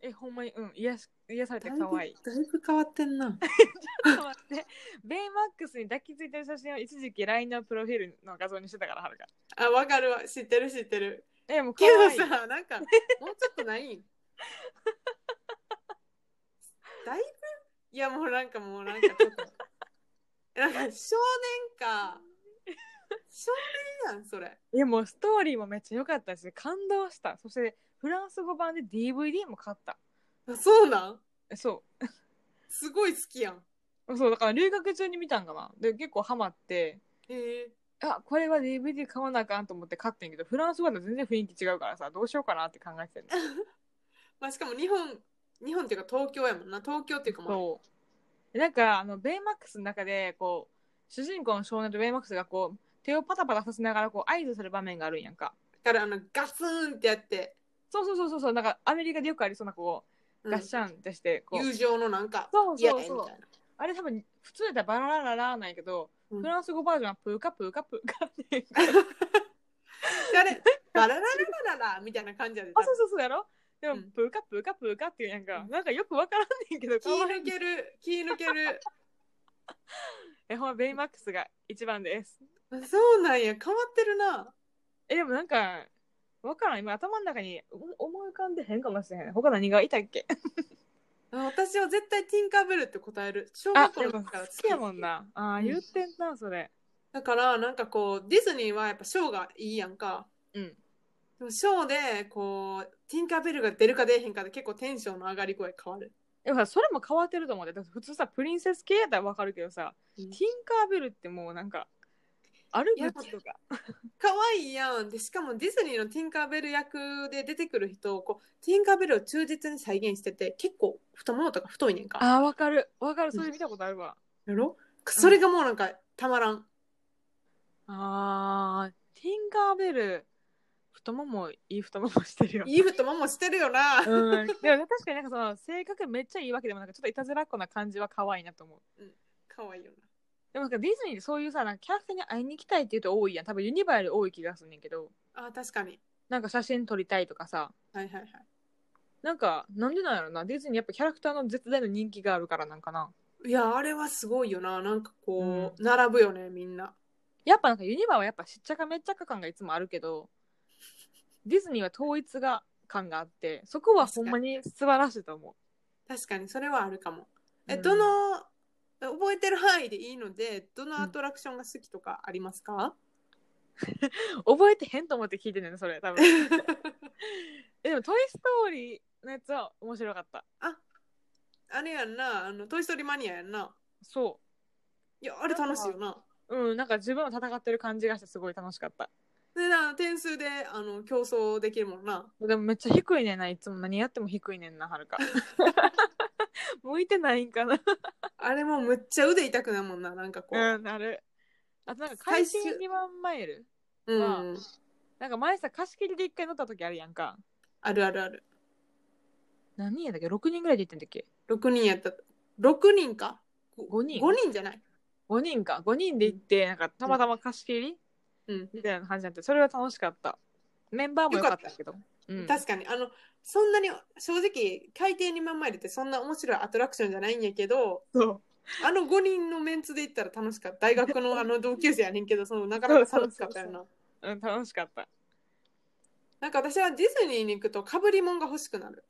Speaker 1: え、ほんまに、うん。癒し癒されて
Speaker 2: だいぶ
Speaker 1: 可愛い。
Speaker 2: だいぶ変わってんな。
Speaker 1: ちょっと待って。ベイマックスに抱きついてる写真を一時期 LINE のプロフィールの画像にしてたから、はるか。
Speaker 2: あ、わかるわ。知ってる知ってる。
Speaker 1: え、もう可
Speaker 2: けど
Speaker 1: 愛い。
Speaker 2: さ、な んか、もうちょっとないんだいぶいや、もうなんかもうなんかちょっと。なんか少年か。少年やん、それ。
Speaker 1: いや、もうストーリーもめっちゃ良かったし、感動した。そして、フランス語版で DVD も買った。
Speaker 2: あそうなん
Speaker 1: えそう。
Speaker 2: すごい好きやん。
Speaker 1: そうだから留学中に見たんかなで結構ハマって
Speaker 2: へえ
Speaker 1: あこれは DVD 買わなあかんと思って買ってんけどフランス語だと全然雰囲気違うからさどうしようかなって考えてるの
Speaker 2: まあ、しかも日本、日本っていうか東京やもんな。東京っていうかもう。
Speaker 1: そうでなんかあのベイマックスの中でこう主人公の少年とベイマックスがこう手をパタパタさせながらこう合図する場面があるんやんか
Speaker 2: だからあのガツンってやって、
Speaker 1: そうそうそうそうそうなんかアメリカでよくありそうなこう
Speaker 2: う
Speaker 1: んガッシャンってしてこう、
Speaker 2: 友情のなんか、
Speaker 1: そうそうそう
Speaker 2: いやみたいな。
Speaker 1: あれ多分普通だったらバララララなんやけど、
Speaker 2: うん
Speaker 1: フランス語バージョンはプーカプーカプーカって
Speaker 2: であれ、バララララララみたいな感じやで。
Speaker 1: あ、そうそうそうやろでも、
Speaker 2: うん
Speaker 1: プーカプーカプーカっていうやんか、
Speaker 2: うん
Speaker 1: なんかよくわからんねんけど、
Speaker 2: 気
Speaker 1: かわい
Speaker 2: 抜
Speaker 1: い。
Speaker 2: ける、気抜ける。
Speaker 1: え、ほんま、ベイマックスが一番です。
Speaker 2: そうなんや、変わってるな。
Speaker 1: え、でもなんか、わからん。今、頭の中にお思い浮かんでへんかもしれへん。他何がいたっ け
Speaker 2: 私は絶対ティンカーベルって答える。小
Speaker 1: あ、
Speaker 2: 学校
Speaker 1: で
Speaker 2: の
Speaker 1: も
Speaker 2: 時
Speaker 1: 好
Speaker 2: から
Speaker 1: きやもん。な。あ
Speaker 2: う
Speaker 1: ー
Speaker 2: ん
Speaker 1: 言ってんな、それ。
Speaker 2: だから、なんかこう、ディズニーはやっぱショーがいいやんか。
Speaker 1: うん。
Speaker 2: でもショーで、こう、ティンカーベルが出るか出えへんかで結構テンションの上がり声変わる。
Speaker 1: でもさ、それも変わってると思うで。だって普通さ、プリンセス系やったらわかるけどさ、
Speaker 2: うん
Speaker 1: ティンカーベルってもうなんか、あるグッズとか。
Speaker 2: 可愛いやん。で、しかもディズニーのティンカーベル役で出てくる人を、こう、ティンカーベルを忠実に再現してて、結構太ももとか太いねんか。
Speaker 1: あー、わかる。わかる。それ見たことあるわ。
Speaker 2: やろそれがもうなんか、たまらん。
Speaker 1: あー、ティンカーベル、太もも、いい太ももしてるよ。
Speaker 2: いい太ももしてるよな。
Speaker 1: うん、でも確かになんかその性格めっちゃいいわけでもなんかちょっといたずらっ子な感じは可愛いなと思う
Speaker 2: 可愛いよな。
Speaker 1: でもなんかディズニーでそういうさなんかキャラクターに会いに行きたいっていう人多いやん多分ユニバより多い気がするねんけど
Speaker 2: あー確かに。
Speaker 1: なんか写真撮りたいとかさ
Speaker 2: はいはいはい。
Speaker 1: なんかなんでなんやろなディズニーやっぱキャラクターの絶大な人気があるからなんかない
Speaker 2: や、あれはすごいよな。なんかこう、並ぶよね、みんな。
Speaker 1: やっぱなんかユニバはやっぱしっちゃかめっちゃか感がいつもあるけどディズニーは統一が感があってそこはほんまに素晴らしいと思う
Speaker 2: 確かに、それはあるかも。え、
Speaker 1: うん
Speaker 2: どの、覚えてる範囲でいいので、どのアトラクションが好きとかありますか、
Speaker 1: 覚えてへんと思って聞いてんねんなそれ多 分えでも「トイ・ストーリー」のやつは面白かった
Speaker 2: あれやんな、あの、トイ・ストーリーマニアやんな。
Speaker 1: そう
Speaker 2: いや、あれ楽しいよな。
Speaker 1: うん、なんか自分を戦ってる感じがしてすごい楽しかった。
Speaker 2: で、な点数で、あの、競争できるもんな。
Speaker 1: でもめっちゃ低いねんな、いつも何やっても低いねんな、は るか。向いてないんかな。
Speaker 2: あれもむっちゃ腕痛くなるもんな、なんかこう。
Speaker 1: うん、なる。あとなんか回転2万マイル。
Speaker 2: うん。
Speaker 1: まなんか前さ、貸し切りで1回乗った時あるやんか。
Speaker 2: あるあるある。
Speaker 1: 何人やだっけ ?6 人ぐらいで行ってんだっけ
Speaker 2: 6人やった。6人か
Speaker 1: 五人
Speaker 2: 5人じゃない
Speaker 1: ?5 人か。5人で行って、なんかたまたま貸し切り、
Speaker 2: うん
Speaker 1: みたいな感じになって、それは楽しかった。メンバーも良かったけど。うん、
Speaker 2: 確かにあのそんなに正直海底にまんま入れてそんな面白いアトラクションじゃないんやけど
Speaker 1: そう
Speaker 2: あの5人のメンツで行ったら楽しかった大学のあの同級生やねんけどそのなかなか楽しかったよ
Speaker 1: そう
Speaker 2: な
Speaker 1: うん、楽しかった。
Speaker 2: なんか私はディズニーに行くとかぶりもんが欲しくなる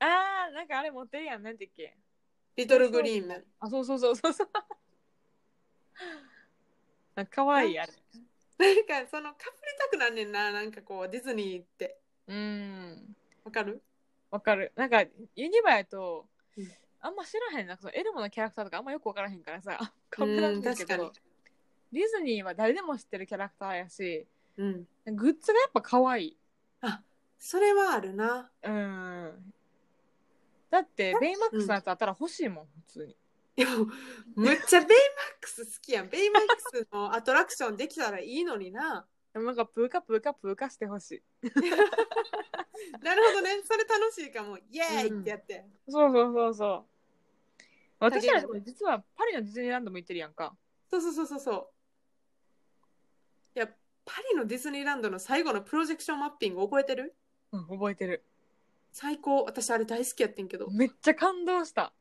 Speaker 1: あー、なんかあれ持ってるやん、なんてっけ
Speaker 2: リトルグリーンマン
Speaker 1: あ、そうそうそうそうそう。なんか可愛いあれ。
Speaker 2: なんかそのかぶりたくなんねんななんかこうディズニーって
Speaker 1: うん。
Speaker 2: わかる
Speaker 1: わかる。なんかユニバやと、
Speaker 2: うん
Speaker 1: あんま知らへんなんかそのエルモのキャラクターとかあんまよくわからへんからさ、
Speaker 2: う
Speaker 1: かぶらんね
Speaker 2: ん
Speaker 1: んけ
Speaker 2: 確かに
Speaker 1: ど、ディズニーは誰でも知ってるキャラクターやし、
Speaker 2: うん
Speaker 1: グッズがやっぱ可愛い。
Speaker 2: それはあるな
Speaker 1: うん。だってベイマックスのやつあったら欲しいもん、普通に。
Speaker 2: でもむっちゃベイマックス好きやんベイマックスのアトラクションできたらいいのにな
Speaker 1: でもなんかプーカプーカプーカしてほしい。
Speaker 2: なるほどね。それ楽しいかも。イエーイってやって。
Speaker 1: そうそうそうそう。私らでも
Speaker 2: 励む
Speaker 1: 実はパリのディズニーランドも行ってるやんか。
Speaker 2: そうそうそうそうそう。いや、パリのディズニーランドの最後のプロジェクションマッピング覚えてる
Speaker 1: うん、覚えてる。
Speaker 2: 最高。私あれ大好きやってんけど。
Speaker 1: めっちゃ感動した。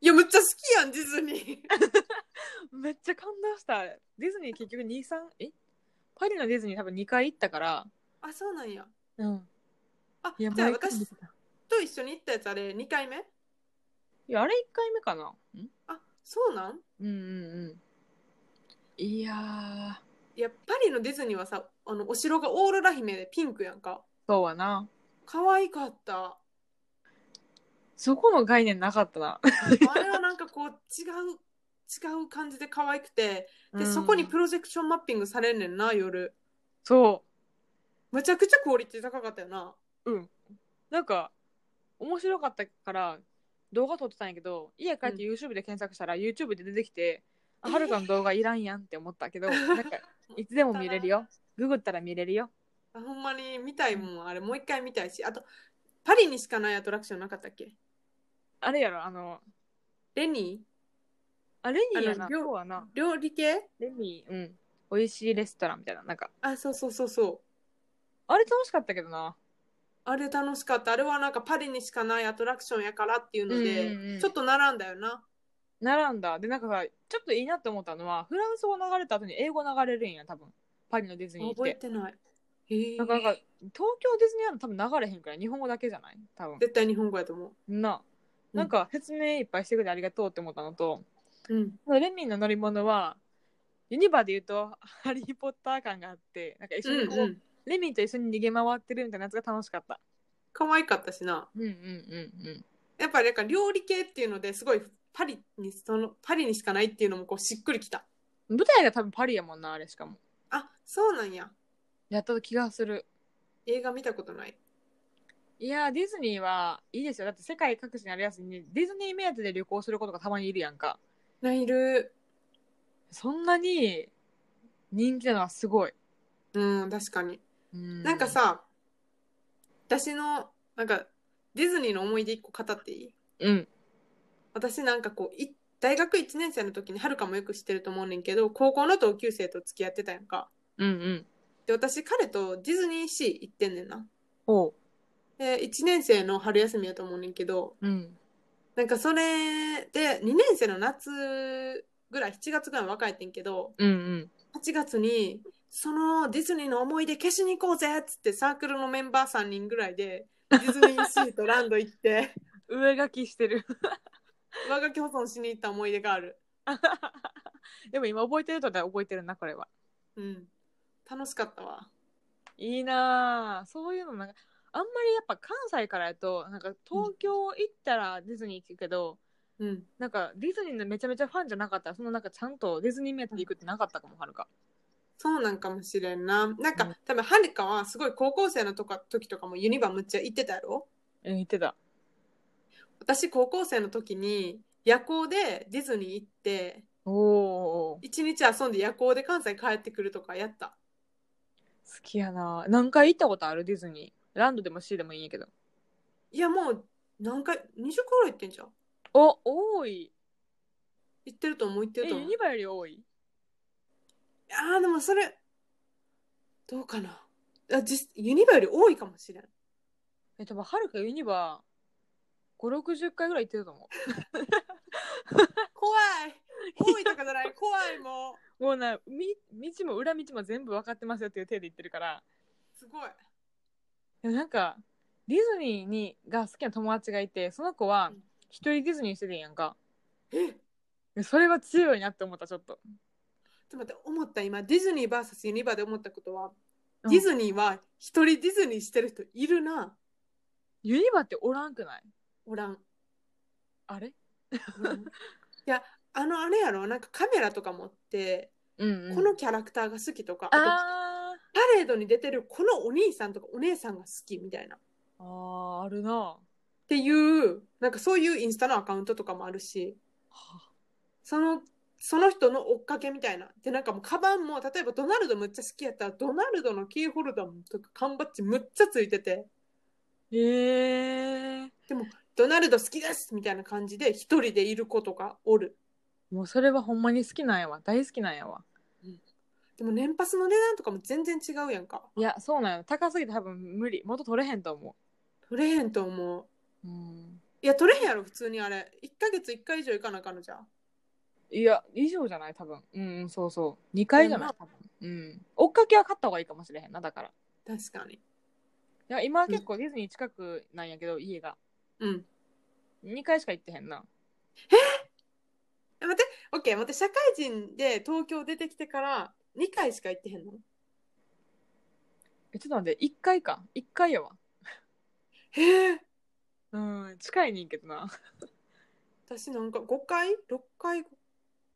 Speaker 2: いや、むっちゃ好きやん、ディズニー。
Speaker 1: めっちゃ感動した。ディズニー結局2、3、えパリのディズニー多分2回行ったから。
Speaker 2: あ、そうなんや。
Speaker 1: うん。
Speaker 2: あ、
Speaker 1: いや、
Speaker 2: じゃあ
Speaker 1: もう一回見
Speaker 2: 私
Speaker 1: てた
Speaker 2: と一緒に行ったやつあれ2回目
Speaker 1: いや、あれ1回目かな。ん
Speaker 2: あ、そうなん
Speaker 1: うんうんうん。いやー、
Speaker 2: いや、パリのディズニーはさ、あの、お城がオーロラ姫でピンクやんか。
Speaker 1: そうはな。
Speaker 2: 可愛か った。
Speaker 1: そこの概念なかったな。
Speaker 2: あれはなんかこう、違う、違う感じで可愛くて、で、そこにプ
Speaker 1: ロ
Speaker 2: ロジェクションマッピングされんねんな、夜。
Speaker 1: そ
Speaker 2: むちゃくちゃクオリティ高かったよな。
Speaker 1: う。うん。なんか、面白かったから、動画撮ってたんやけど、家帰って YouTube で検索したら、YouTube で出てきて、あ
Speaker 2: えー
Speaker 1: はるかの動画いらんやんって思ったけど、なんか、いつでも見れるよ。ググったら見れるよ。
Speaker 2: あほんまに見たいもん、あれもう一回見たいし。あと、パリにしかないアトラクションなかったっけ
Speaker 1: あれやろ、あの、
Speaker 2: レニ
Speaker 1: あ、レミやな
Speaker 2: あ。の料
Speaker 1: そうはな
Speaker 2: ー。料理系
Speaker 1: レミ、うん。美味しいレストランみたいな。なんか、
Speaker 2: あ、そうそうそうそう。
Speaker 1: あれ楽しかったけどな。
Speaker 2: あれ楽しかった。あれはなんかパリにしかないアトラクションやからっていうので、
Speaker 1: うんうんうん
Speaker 2: ちょっと並んだよな。
Speaker 1: 並んだ。で、なんかさ、ちょっといいなって思ったのは、フランス語流れた後に英語流れるんや、多分。パリのディズニーっ
Speaker 2: 覚え
Speaker 1: て。
Speaker 2: てない。へえ
Speaker 1: なんか、なんか、東京ディズニーランド多分流れへんから、日本語だけじゃない多分。
Speaker 2: 絶対日本語やと思う。
Speaker 1: な。
Speaker 2: うん
Speaker 1: なんか、説明いっぱいしてくれてありがとうって思ったのと、
Speaker 2: うん。
Speaker 1: レミの乗り物は、ユニバで言うと、ハリー・ポッター感があって、なんか一緒にこう、
Speaker 2: うんうん。
Speaker 1: レミと一緒に逃げ回ってるみたいなやつが楽しかった。
Speaker 2: 可愛かったしな。
Speaker 1: うんうんうんうん。
Speaker 2: やっぱりなんか料理系っていうのですごいパリにそのパリにしかないっていうのもこうしっくりきた。
Speaker 1: 舞台が多分パリやもんなあれしかも
Speaker 2: あ、そうなんや。
Speaker 1: やった気がする
Speaker 2: 映画見たことない。
Speaker 1: いやーディズニーはいいですよだって世界各地にあるやつにディズニー目当てで旅行することがたまにいるやんか
Speaker 2: ないる。
Speaker 1: そんなに人気なのはすごい
Speaker 2: うん、確かに。
Speaker 1: な
Speaker 2: なんかさ、私のなんかディズニーの思い出一個語っていい
Speaker 1: うん
Speaker 2: 私なんかこうい大学1年生の時にはるかもよく知ってると思うねんけど高校の同級生と付き合ってたやんか
Speaker 1: うんうん
Speaker 2: で私彼とディズニーシー行ってんねんな
Speaker 1: おう
Speaker 2: で1年生の春休みやと思うねんけど
Speaker 1: うん
Speaker 2: なんかそれで2年生の夏ぐらい7月ぐらい若いってんけど
Speaker 1: うんうん
Speaker 2: 8月にそのディズニーの思い出消しに行こうぜっつってサークルのメンバー3人ぐらいでディズニーシーとランド行って
Speaker 1: 上書きしてる
Speaker 2: 上書き保存しに行った思い出がある
Speaker 1: でも今覚えてるとだ覚えてるなこれは
Speaker 2: うん楽しかったわ
Speaker 1: いいなあそういうのなんかあんまりやっぱ関西からやとなんか東京行ったらディズニー行くけど、
Speaker 2: うん
Speaker 1: なんかディズニーのめちゃめちゃファンじゃなかったらそのなんかちゃんとディズニー目当てで行くってなかったかもはるか
Speaker 2: そうなんかもしれんな。なんか、
Speaker 1: うん
Speaker 2: 多分はるかはすごい高校生のとか時とかもユニバむっちゃ行ってたやろ
Speaker 1: うん言ってた
Speaker 2: 私高校生の時に夜行でディズニー行って、
Speaker 1: おお好
Speaker 2: 一日遊んで夜行で関西帰ってくるとかやった。
Speaker 1: きやな何回行ったことあるディズニーランドでもシーでもいいんやけど
Speaker 2: いやもう何回、20回ぐらい行ってんじゃん。
Speaker 1: お多い
Speaker 2: 行ってると思う、行って
Speaker 1: え
Speaker 2: ると思
Speaker 1: ユ
Speaker 2: う。
Speaker 1: ニバより多い
Speaker 2: ああ、でもそれ、どうかな。あ実ユニバより多いかもしれん。
Speaker 1: え多分はるかユニバ560回ぐらい行ってると思
Speaker 2: 怖い多いとかじゃない怖いもう。
Speaker 1: うもうなみ道も裏道も全部分かってますよっていう手で言ってるから
Speaker 2: すごい。
Speaker 1: でもなんかディズニーにが好きな友達がいてその子は
Speaker 2: うん
Speaker 1: 一人ディズニーしてるんやんか
Speaker 2: え
Speaker 1: でそれは強いなって思ったちょっと
Speaker 2: ちょっと待って、思った今、ディズニー VS ユニバで思ったことは、
Speaker 1: うん
Speaker 2: ディズニーは一人ディズニーしてる人いるな。
Speaker 1: ユニバっておらんくない
Speaker 2: おらん。
Speaker 1: あれ
Speaker 2: おらんいや、あの、あれやろ、なんかカメラとか持って、
Speaker 1: うん、
Speaker 2: このキャラクターが好きとか、あと、
Speaker 1: あ
Speaker 2: パレードに出てるこのお兄さんとかお姉さんが好きみたいな。っ
Speaker 1: ーあーあるなは
Speaker 2: ていう、なんかそういうインスタのアカウントとかもあるし、
Speaker 1: あ
Speaker 2: そのその人の追っかけみたいな。で、なんかもう、カバンも、例えばドナルドむっちゃ好きやったら、ドナルドのキーホルダーとか缶バッジむっちゃついてて、
Speaker 1: ええ
Speaker 2: ドナルド好きですみたいな感じで、一人でいる子とかおる。
Speaker 1: もうそれはほんまに好きなんやわ。大好きなんやわ。
Speaker 2: でも、年パスの値段とかも全然違うやんか。
Speaker 1: いや、そうなんや。高すぎて多分無理。元取れへんと思
Speaker 2: 取れへんと思う。
Speaker 1: う。うん。
Speaker 2: いや、取れへんやろ、普通にあれ。1ヶ月1回以上行かなあかんのじゃん。
Speaker 1: いや、以上じゃない多分。うん、そうそう。2回じゃない多分。うん。追っかけは勝った方がいいかもしれへんな、だから。い
Speaker 2: 確かに。
Speaker 1: や、今は結構ディズニー近くなんやけど、家が。
Speaker 2: うん。
Speaker 1: 2回しか行ってへんな。
Speaker 2: え待って、オッケー、待って、社会人で東京出てきてから2回しか行ってへんの
Speaker 1: え、ちょっと待って、1回か。1回やわ。
Speaker 2: へえ。
Speaker 1: うん、近いねんけどな。
Speaker 2: 私なんか5回 ?6 回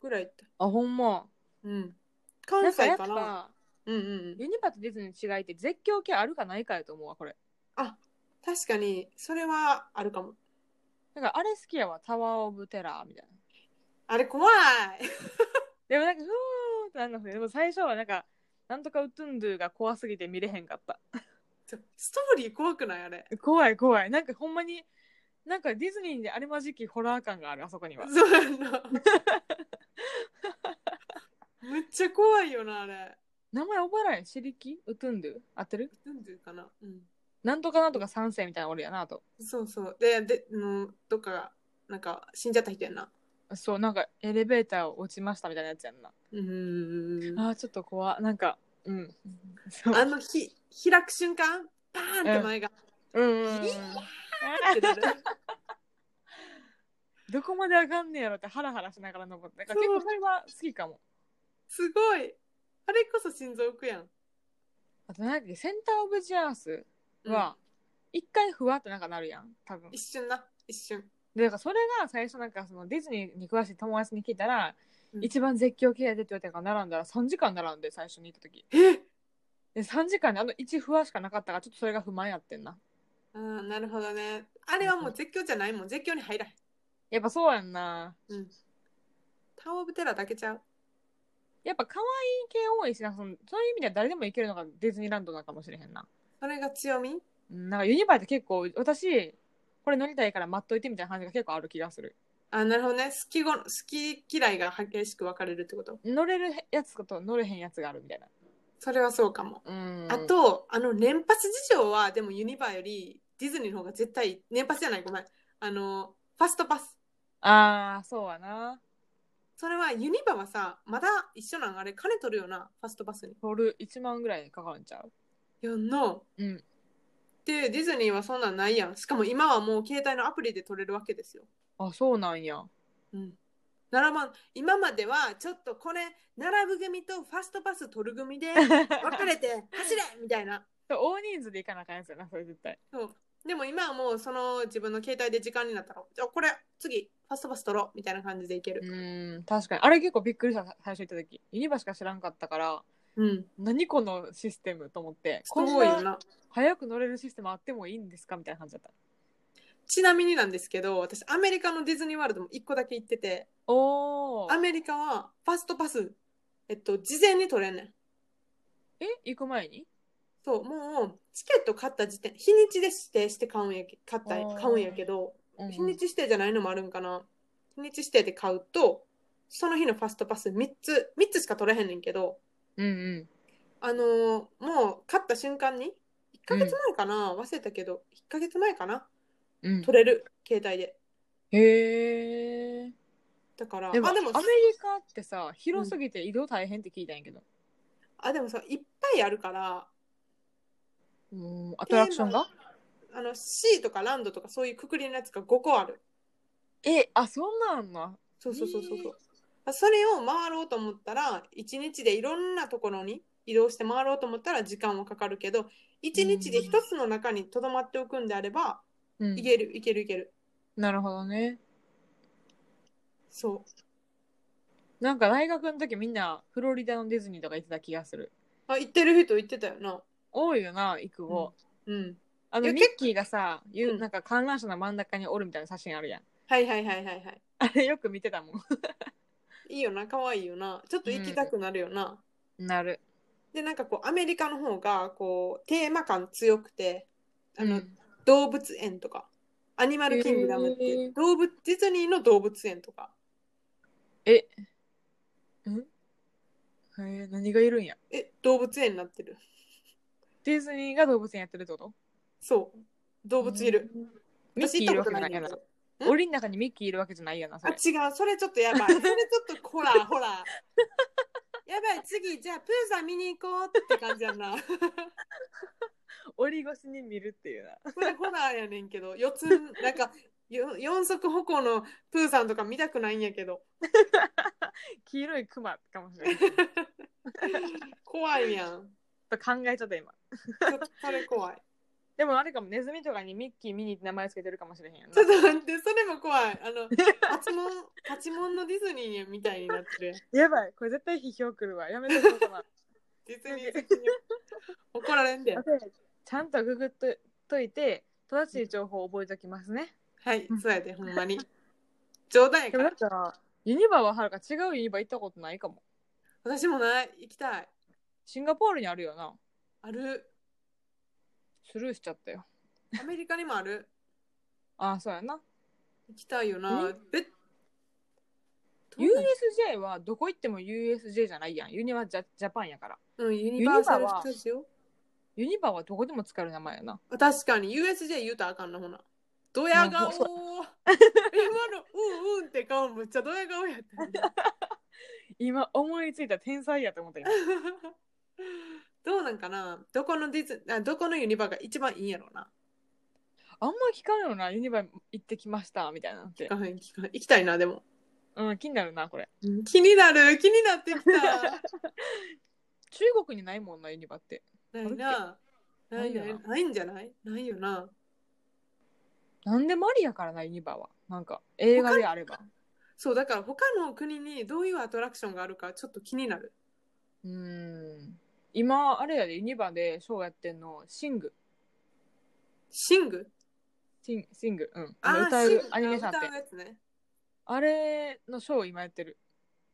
Speaker 2: ぐらい行った。
Speaker 1: あ、ほんま。
Speaker 2: うん。
Speaker 1: な
Speaker 2: 関
Speaker 1: んか
Speaker 2: 西
Speaker 1: や
Speaker 2: か
Speaker 1: っ
Speaker 2: ら。
Speaker 1: ぱ、
Speaker 2: うんうんうん。
Speaker 1: ユニバとディズニーの違いって絶叫系あるかないかやと思うわ、これ。
Speaker 2: あ、確かに、それはあるかも。
Speaker 1: なんかあれ好きやわ、タワー・オブ・テラーみたいな。
Speaker 2: あれ怖い
Speaker 1: でもなんか、ふーってなるのでも最初はなんか、なんとかウトゥンドゥが怖すぎて見れへんかった。
Speaker 2: ちょストーリー怖くないあれ。
Speaker 1: 怖い怖い。なんかほんまに、なんかディズニーであるまじきホラー感がある、あそこには。
Speaker 2: そうやんな。めっちゃ怖いよな、あれ。
Speaker 1: 名前覚えられんシリキウトゥンドゥ合ってる
Speaker 2: なんていうかな。うん。
Speaker 1: なんとかなんとか三世みたいなの俺やなあと。
Speaker 2: そうそう。で、で、うん、どっか、なんか、死んじゃった人やんな。
Speaker 1: そう、なんかエレベーター落ちましたみたいなやつやんな。
Speaker 2: うーん。
Speaker 1: あーちょっと怖なんか、うん。そう
Speaker 2: あの、ひ、開く瞬間、パーンって前が、
Speaker 1: うんうんうん
Speaker 2: いやってなる。
Speaker 1: どこまで上がんねやろってハラハラしながら登って。なんか結構それは好きかも。
Speaker 2: すごい。あれこそ心臓浮くやん。
Speaker 1: あと何だっけセンターオブジアースは、一回ふわってなんかなるやん、多分
Speaker 2: うん、。一瞬な、一瞬。
Speaker 1: で、だからそれが最初なんかそのディズニーに詳しい友達に聞いたら、
Speaker 2: うん
Speaker 1: 一番絶叫系やでって言われたから並んだら3時間並んで最初に行った時。
Speaker 2: え
Speaker 1: で、3時間であの1ふわしかなかったからちょっとそれが不満やってんな。
Speaker 2: うん、なるほどね。あれはもう絶叫じゃないもん。絶叫に入らへん。
Speaker 1: やっぱそうやんな。
Speaker 2: タワーオブテラーだけちゃう。
Speaker 1: やっぱ可愛い系多いしな、そのそういう意味では誰でも行けるのがディズニーランドなのかもしれへんな。
Speaker 2: それが強み
Speaker 1: うんなんかユニバーって結構、私、これ乗りたいから待っといてみたいな感じが結構ある気がする。
Speaker 2: あ、なるほどね。好きご、好き嫌いが激しく分かれるってこと。
Speaker 1: 乗れるやつと乗れへんやつがあるみたいな。
Speaker 2: それはそうかも。
Speaker 1: うん。
Speaker 2: あと、あの、年パス事情は、でもユニバーより、ディズニーの方が絶対、年パスじゃない、ごめん。あの、ファストパス。
Speaker 1: ああ、そうやな。
Speaker 2: それは、ユニバはさ、まだ一緒なんあれ、金取るよな、ファストパスに。
Speaker 1: 取る1万ぐらいかかるんちゃう
Speaker 2: やんの。
Speaker 1: うん。
Speaker 2: で、ディズニーはそんなんないやん。しかも今はもう携帯のアプリで取れるわけですよ。
Speaker 1: あ、そうなんや。
Speaker 2: うん。並ばん。今までは、ちょっとこれ、並ぶ組とファストパス取る組で、分かれて、走れみたいな。
Speaker 1: 大人数で行かなあかんやつやな、それ絶対。
Speaker 2: そう。でも今はもう、その自分の携帯で時間になったら、じゃあこれ、次、ファストパス取ろうみたいな感じでいける。
Speaker 1: うん、確かに。あれ結構びっくりした、最初行った時。ユニバしか知らんかったから、
Speaker 2: うん。
Speaker 1: 何このシステムと思って、
Speaker 2: すごいよ
Speaker 1: こんな
Speaker 2: な。
Speaker 1: 早く乗れるシステムあってもいいんですかみたいな感じだった。
Speaker 2: ちなみになんですけど、私、アメリカのディズニーワールドも1個だけ行ってて、
Speaker 1: お
Speaker 2: アメリカはファストパス、えっと、事前に取れんねん。
Speaker 1: え行く前に
Speaker 2: そう、もう、チケット買った時点、日にちで指定して買うんやけ、買った
Speaker 1: あー
Speaker 2: 買うんやけど、
Speaker 1: うん
Speaker 2: 日にち指定じゃないのもあるんかな。日にち指定で買うと、その日のファストパス3つ、3つしか取れへんねんけど、
Speaker 1: うんうん。
Speaker 2: あのーもう買った瞬間に、1ヶ月前かな、忘れたけど、1ヶ月前かな、
Speaker 1: うん、
Speaker 2: 取れる、携帯で。
Speaker 1: へえ。
Speaker 2: だから、
Speaker 1: でも
Speaker 2: あ、でも
Speaker 1: アメリカってさ、広すぎて移動大変って聞いたんやけど。
Speaker 2: あ、でもさ、いっぱいあるから、
Speaker 1: うん、アトラクションが
Speaker 2: あの、シーとかランドとかそういうくくりのやつが5個ある。
Speaker 1: え、あ、そんなんあんの
Speaker 2: そうそうそうそうそう
Speaker 1: へえ。
Speaker 2: あそれを回ろうと思ったら、1日でいろんなところに移動して回ろうと思ったら時間はかかるけど、1日で1つの中にとどまっておくんであれば、
Speaker 1: うん
Speaker 2: い。ける、いける、いける。
Speaker 1: なるほどね。
Speaker 2: そう。
Speaker 1: なんか大学の時みんなフロリダのディズニーとか行ってた気がする。
Speaker 2: あ、行ってる人行ってたよな。
Speaker 1: 多いよな、行く後。
Speaker 2: うん。
Speaker 1: あ
Speaker 2: い
Speaker 1: の、
Speaker 2: や
Speaker 1: ミッキーがさ、ゆ
Speaker 2: うん
Speaker 1: なんか観 覧車の真ん中におるみたいな写真あるやん。
Speaker 2: はいはいはいはいはい。
Speaker 1: あれよく見てたもん。
Speaker 2: いいよな可愛いよなちょっと行きたくなるよな、
Speaker 1: なる。
Speaker 2: でなんかこうアメリカの方がこうテーマ感強くてあの、
Speaker 1: うん
Speaker 2: 動物園とかアニマルキングダムっていう
Speaker 1: へー
Speaker 2: 動物ディズニーの動物園とか
Speaker 1: え、んえー何がいるんや。
Speaker 2: え動物園になってる
Speaker 1: ディズニーが動物園やってるってこと
Speaker 2: そう動物いる、
Speaker 1: うんミッキーいるわけじゃないやな。
Speaker 2: ん
Speaker 1: 檻の中にミッキーいるわけじゃないやな、そ
Speaker 2: あ
Speaker 1: れ。
Speaker 2: 違うそれちょっとやばいそれちょっとほらほらやばい次じゃあプーさん見に行こうって感じやんな
Speaker 1: 檻越しに見るっていうな。
Speaker 2: これホラーやねんけど四つなんかよ四足歩行のプーさんとか見たくないんやけど
Speaker 1: 黄色いクマかもし れない。
Speaker 2: 怖いやん
Speaker 1: ちょっと考えちゃった今。
Speaker 2: ちょっとそれ怖い
Speaker 1: でもあれかも、ネズミとかにミッキーミニって名前つけてるかもしれへんやんな
Speaker 2: ちょっ。と待ってそれも怖いあのパチモンパチモンのディズニーみたいになってる
Speaker 1: やばい、これ絶対批評来るわ。やめてくださ
Speaker 2: ディズニー的に怒られんで
Speaker 1: い。ちゃんとググっとといて、正しい情報を覚えておきますね。
Speaker 2: はいそうやでほんまに冗談や
Speaker 1: で
Speaker 2: か
Speaker 1: もな
Speaker 2: ら
Speaker 1: んか、ユニバははるか違うユニバ行ったことないかも。
Speaker 2: 私もない行きたい
Speaker 1: シンガポールにあるよな。
Speaker 2: ある
Speaker 1: スルーしちゃったよ。
Speaker 2: アメリカにもある
Speaker 1: ああ、そうやな。
Speaker 2: 行きたいよな
Speaker 1: え
Speaker 2: べ
Speaker 1: USJ はどこ行っても USJ じゃないやん。ユニバジャジャパンやから。
Speaker 2: うんユニバーサル
Speaker 1: ユニバは
Speaker 2: スタジオ
Speaker 1: ユニバはどこでも使える名前やな。
Speaker 2: あ確かに USJ 言うたらあかんなほなドヤ
Speaker 1: う
Speaker 2: 顔
Speaker 1: んそ
Speaker 2: 今のうんうんって顔むっちゃドヤ顔やった、ね、
Speaker 1: 今思いついた天才やと思ったよ。
Speaker 2: どうなんかなどこのディズあどこのユニバが一番いいんやろうな
Speaker 1: あんま聞かんよな。ユニバ行ってきました、みたいなのって。
Speaker 2: あ行き行きたいなでも
Speaker 1: うん、気になるな、これ。
Speaker 2: 気になる気になって きた
Speaker 1: 中国にないもんな、ユニバって。
Speaker 2: ないなない
Speaker 1: な
Speaker 2: ない
Speaker 1: よ
Speaker 2: い
Speaker 1: な
Speaker 2: ないんじゃないないよな
Speaker 1: なんでもありやからな、ユニバは。なんか、映画であれば。
Speaker 2: そうだから他の国にどういうアトラクションがあるかちょっと気になる
Speaker 1: うーん。今、あれやで、ユニバでショーやってんの、シング。
Speaker 2: シング
Speaker 1: シンシング。うん。
Speaker 2: あ
Speaker 1: あの
Speaker 2: ー
Speaker 1: 歌
Speaker 2: シン
Speaker 1: う
Speaker 2: グ
Speaker 1: アニメさんっ
Speaker 2: 歌
Speaker 1: て
Speaker 2: う。やつね
Speaker 1: あれのショー今やってる。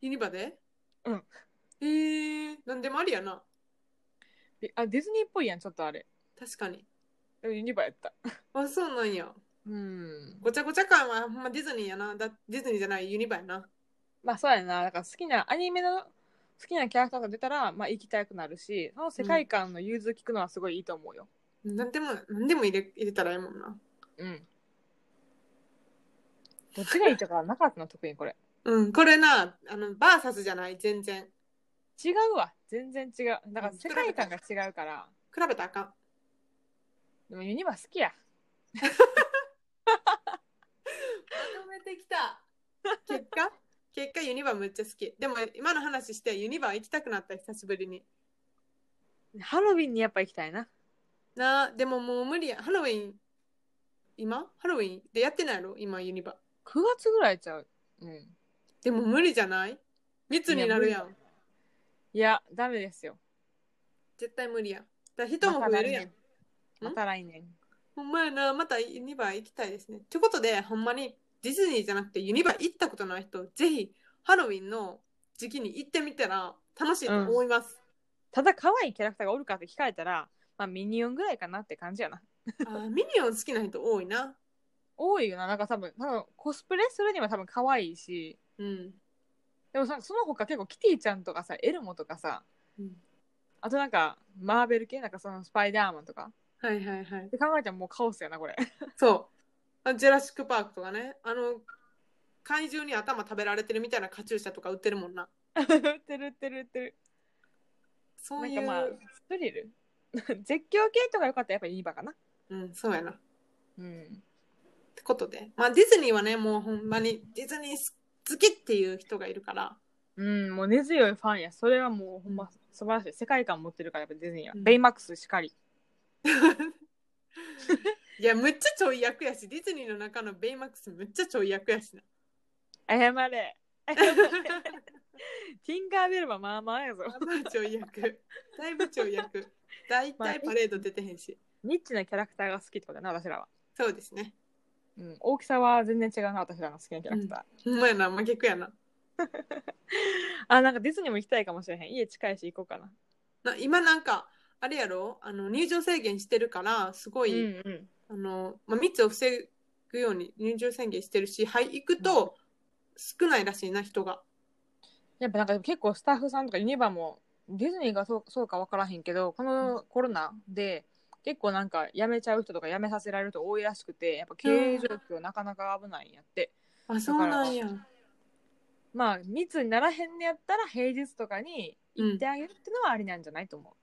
Speaker 2: ユニバで
Speaker 1: うん
Speaker 2: えー、なんでもありやな
Speaker 1: であ、ディズニーっぽいやん、ちょっとあれ。
Speaker 2: 確かに
Speaker 1: でもユニバやった。
Speaker 2: あそうなんや
Speaker 1: うん。
Speaker 2: ごちゃごちゃ感はほんまディズニーやなだディズニーじゃないユニバやな
Speaker 1: まあそうやな。だから好きな、アニメの好きなキャラクターが出たら、まあ行きたくなるし、その世界観の融通聞くのはすごいいいと思うよ。
Speaker 2: なんでもなんでも入れ入れたらええもんな
Speaker 1: うん。どっちがいいとかなかったの、特にこれ。
Speaker 2: うんこれなあのバーサスじゃない全然
Speaker 1: 違うわ。全然違う。だから世界観が違うから。
Speaker 2: 比べたらあかん
Speaker 1: でもユニバ好きや。
Speaker 2: まとめてきた結果結果ユニバめっちゃ好きでも今の話してユニバ行きたくなった久しぶりに
Speaker 1: ハロウィンにやっぱ行きたいな。
Speaker 2: なあでももう無理やハロウィン今ハロウィンでやってないやろ今ユニバ
Speaker 1: 9月ぐらいちゃう。うん。
Speaker 2: でも無理じゃない密になるや
Speaker 1: いや
Speaker 2: ん
Speaker 1: 無いや、ダメですよ。
Speaker 2: 絶対無理やんだから人も増えるやん、
Speaker 1: また来年。
Speaker 2: ほんまやなまたユニバ行きたいですねということでほんまにディズニーじゃなくてユニバ行ったことない人ぜひハロウィンの時期に行ってみたら楽しいと思います、
Speaker 1: ただ可愛いキャラクターがおるかって聞かれたら、まあミニオンぐらいかなって感じやな。
Speaker 2: あーミニオン好きな人多いな
Speaker 1: 多いよな。なんか多分、多分コスプレするには多分可愛いし、
Speaker 2: うん、
Speaker 1: でもさその他結構キティちゃんとかさ、エルモとかさ、
Speaker 2: うん、
Speaker 1: あとなんかマーベル系、なんかそのスパイダーマンとか。
Speaker 2: はいはいはい
Speaker 1: で考えたらもうカオスやな、これ。
Speaker 2: そうあジュラシック・パークとかねあの怪獣に頭食べられてるみたいなカチューシャとか売ってるもんな
Speaker 1: 売ってる売ってる売ってる。
Speaker 2: そう
Speaker 1: ないんか
Speaker 2: う、
Speaker 1: まあ、スリル 絶叫系とかよかったらやっぱユニバかな。
Speaker 2: うんそうやなっ
Speaker 1: うん。
Speaker 2: てことでまあディズニーはねもうほんまにディズニー好きっていう人がいるから
Speaker 1: うん、もう根強いファンや。それはもうほんま素晴らしい。世界観持ってるからやっぱディズニーは。
Speaker 2: うん
Speaker 1: ベイマックスしかり。
Speaker 2: いやむっちゃちょい役やしディズニーの中のベイマックスむっちゃちょい役 やしな
Speaker 1: 謝れ。
Speaker 2: だ
Speaker 1: ティンカーベルはまあまあやぞ。
Speaker 2: いぶちょい役だいぶちょい役だいたいパレード出てへんし
Speaker 1: ニッチなキャラクターが好きってことだな、私らは。
Speaker 2: そうですね
Speaker 1: うん、大きさは全然違うな、私らの好きなキャラクタ
Speaker 2: ほんまやな真逆やな
Speaker 1: あ、なんかディズニーも行きたいかもしれへん。家近いし行こうかな。
Speaker 2: な今なんかあれやろあの入場制限してるからすご
Speaker 1: う
Speaker 2: い、
Speaker 1: ん。
Speaker 2: あのまあ、密を防ぐように入場制限してるし、はい、行くと少ないらしいな人が。
Speaker 1: やっぱなんか結構スタッフさんとかユニバもディズニーがそうそうか分からへんけどこのコロナで結構なんか辞めちゃう人とか辞めさせられる人多いらしくてやっぱ経営状況なかなか危ないんやって、
Speaker 2: あそうなんや。
Speaker 1: まあ密にならへんのやったら平日とかに行ってあげるってのはありなんじゃないと思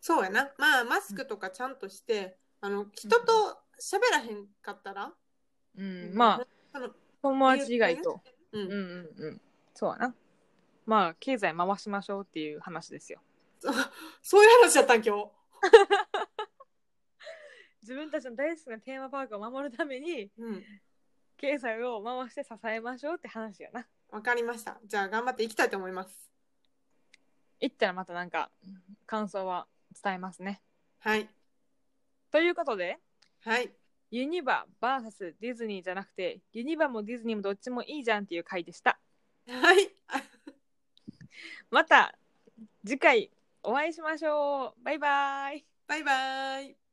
Speaker 2: そうやな。まあマスクとかちゃんとして、あの人と喋らへんかったら、
Speaker 1: う、うんまあ
Speaker 2: あの
Speaker 1: 友達以外と、
Speaker 2: う
Speaker 1: うん
Speaker 2: ん、
Speaker 1: うんうんそうやなまあ経済回しましょうっていう話ですよ
Speaker 2: そういう話やったん今日。
Speaker 1: 自分たちの大好きなテーマパークを守るために
Speaker 2: うん。
Speaker 1: 経済を回して支えましょうって話やな
Speaker 2: わかりました。じゃあ頑張っていきたいと思います。
Speaker 1: 行ったらまたなんか感想は伝えますね。
Speaker 2: はい。
Speaker 1: ということで
Speaker 2: はい。
Speaker 1: ユニバ VS ディズニーじゃなくてユニバもディズニーもどっちもいいじゃんっていう回でした。
Speaker 2: はい。 あ
Speaker 1: また次回お会いしましょう。バイバイ。
Speaker 2: バイバイ。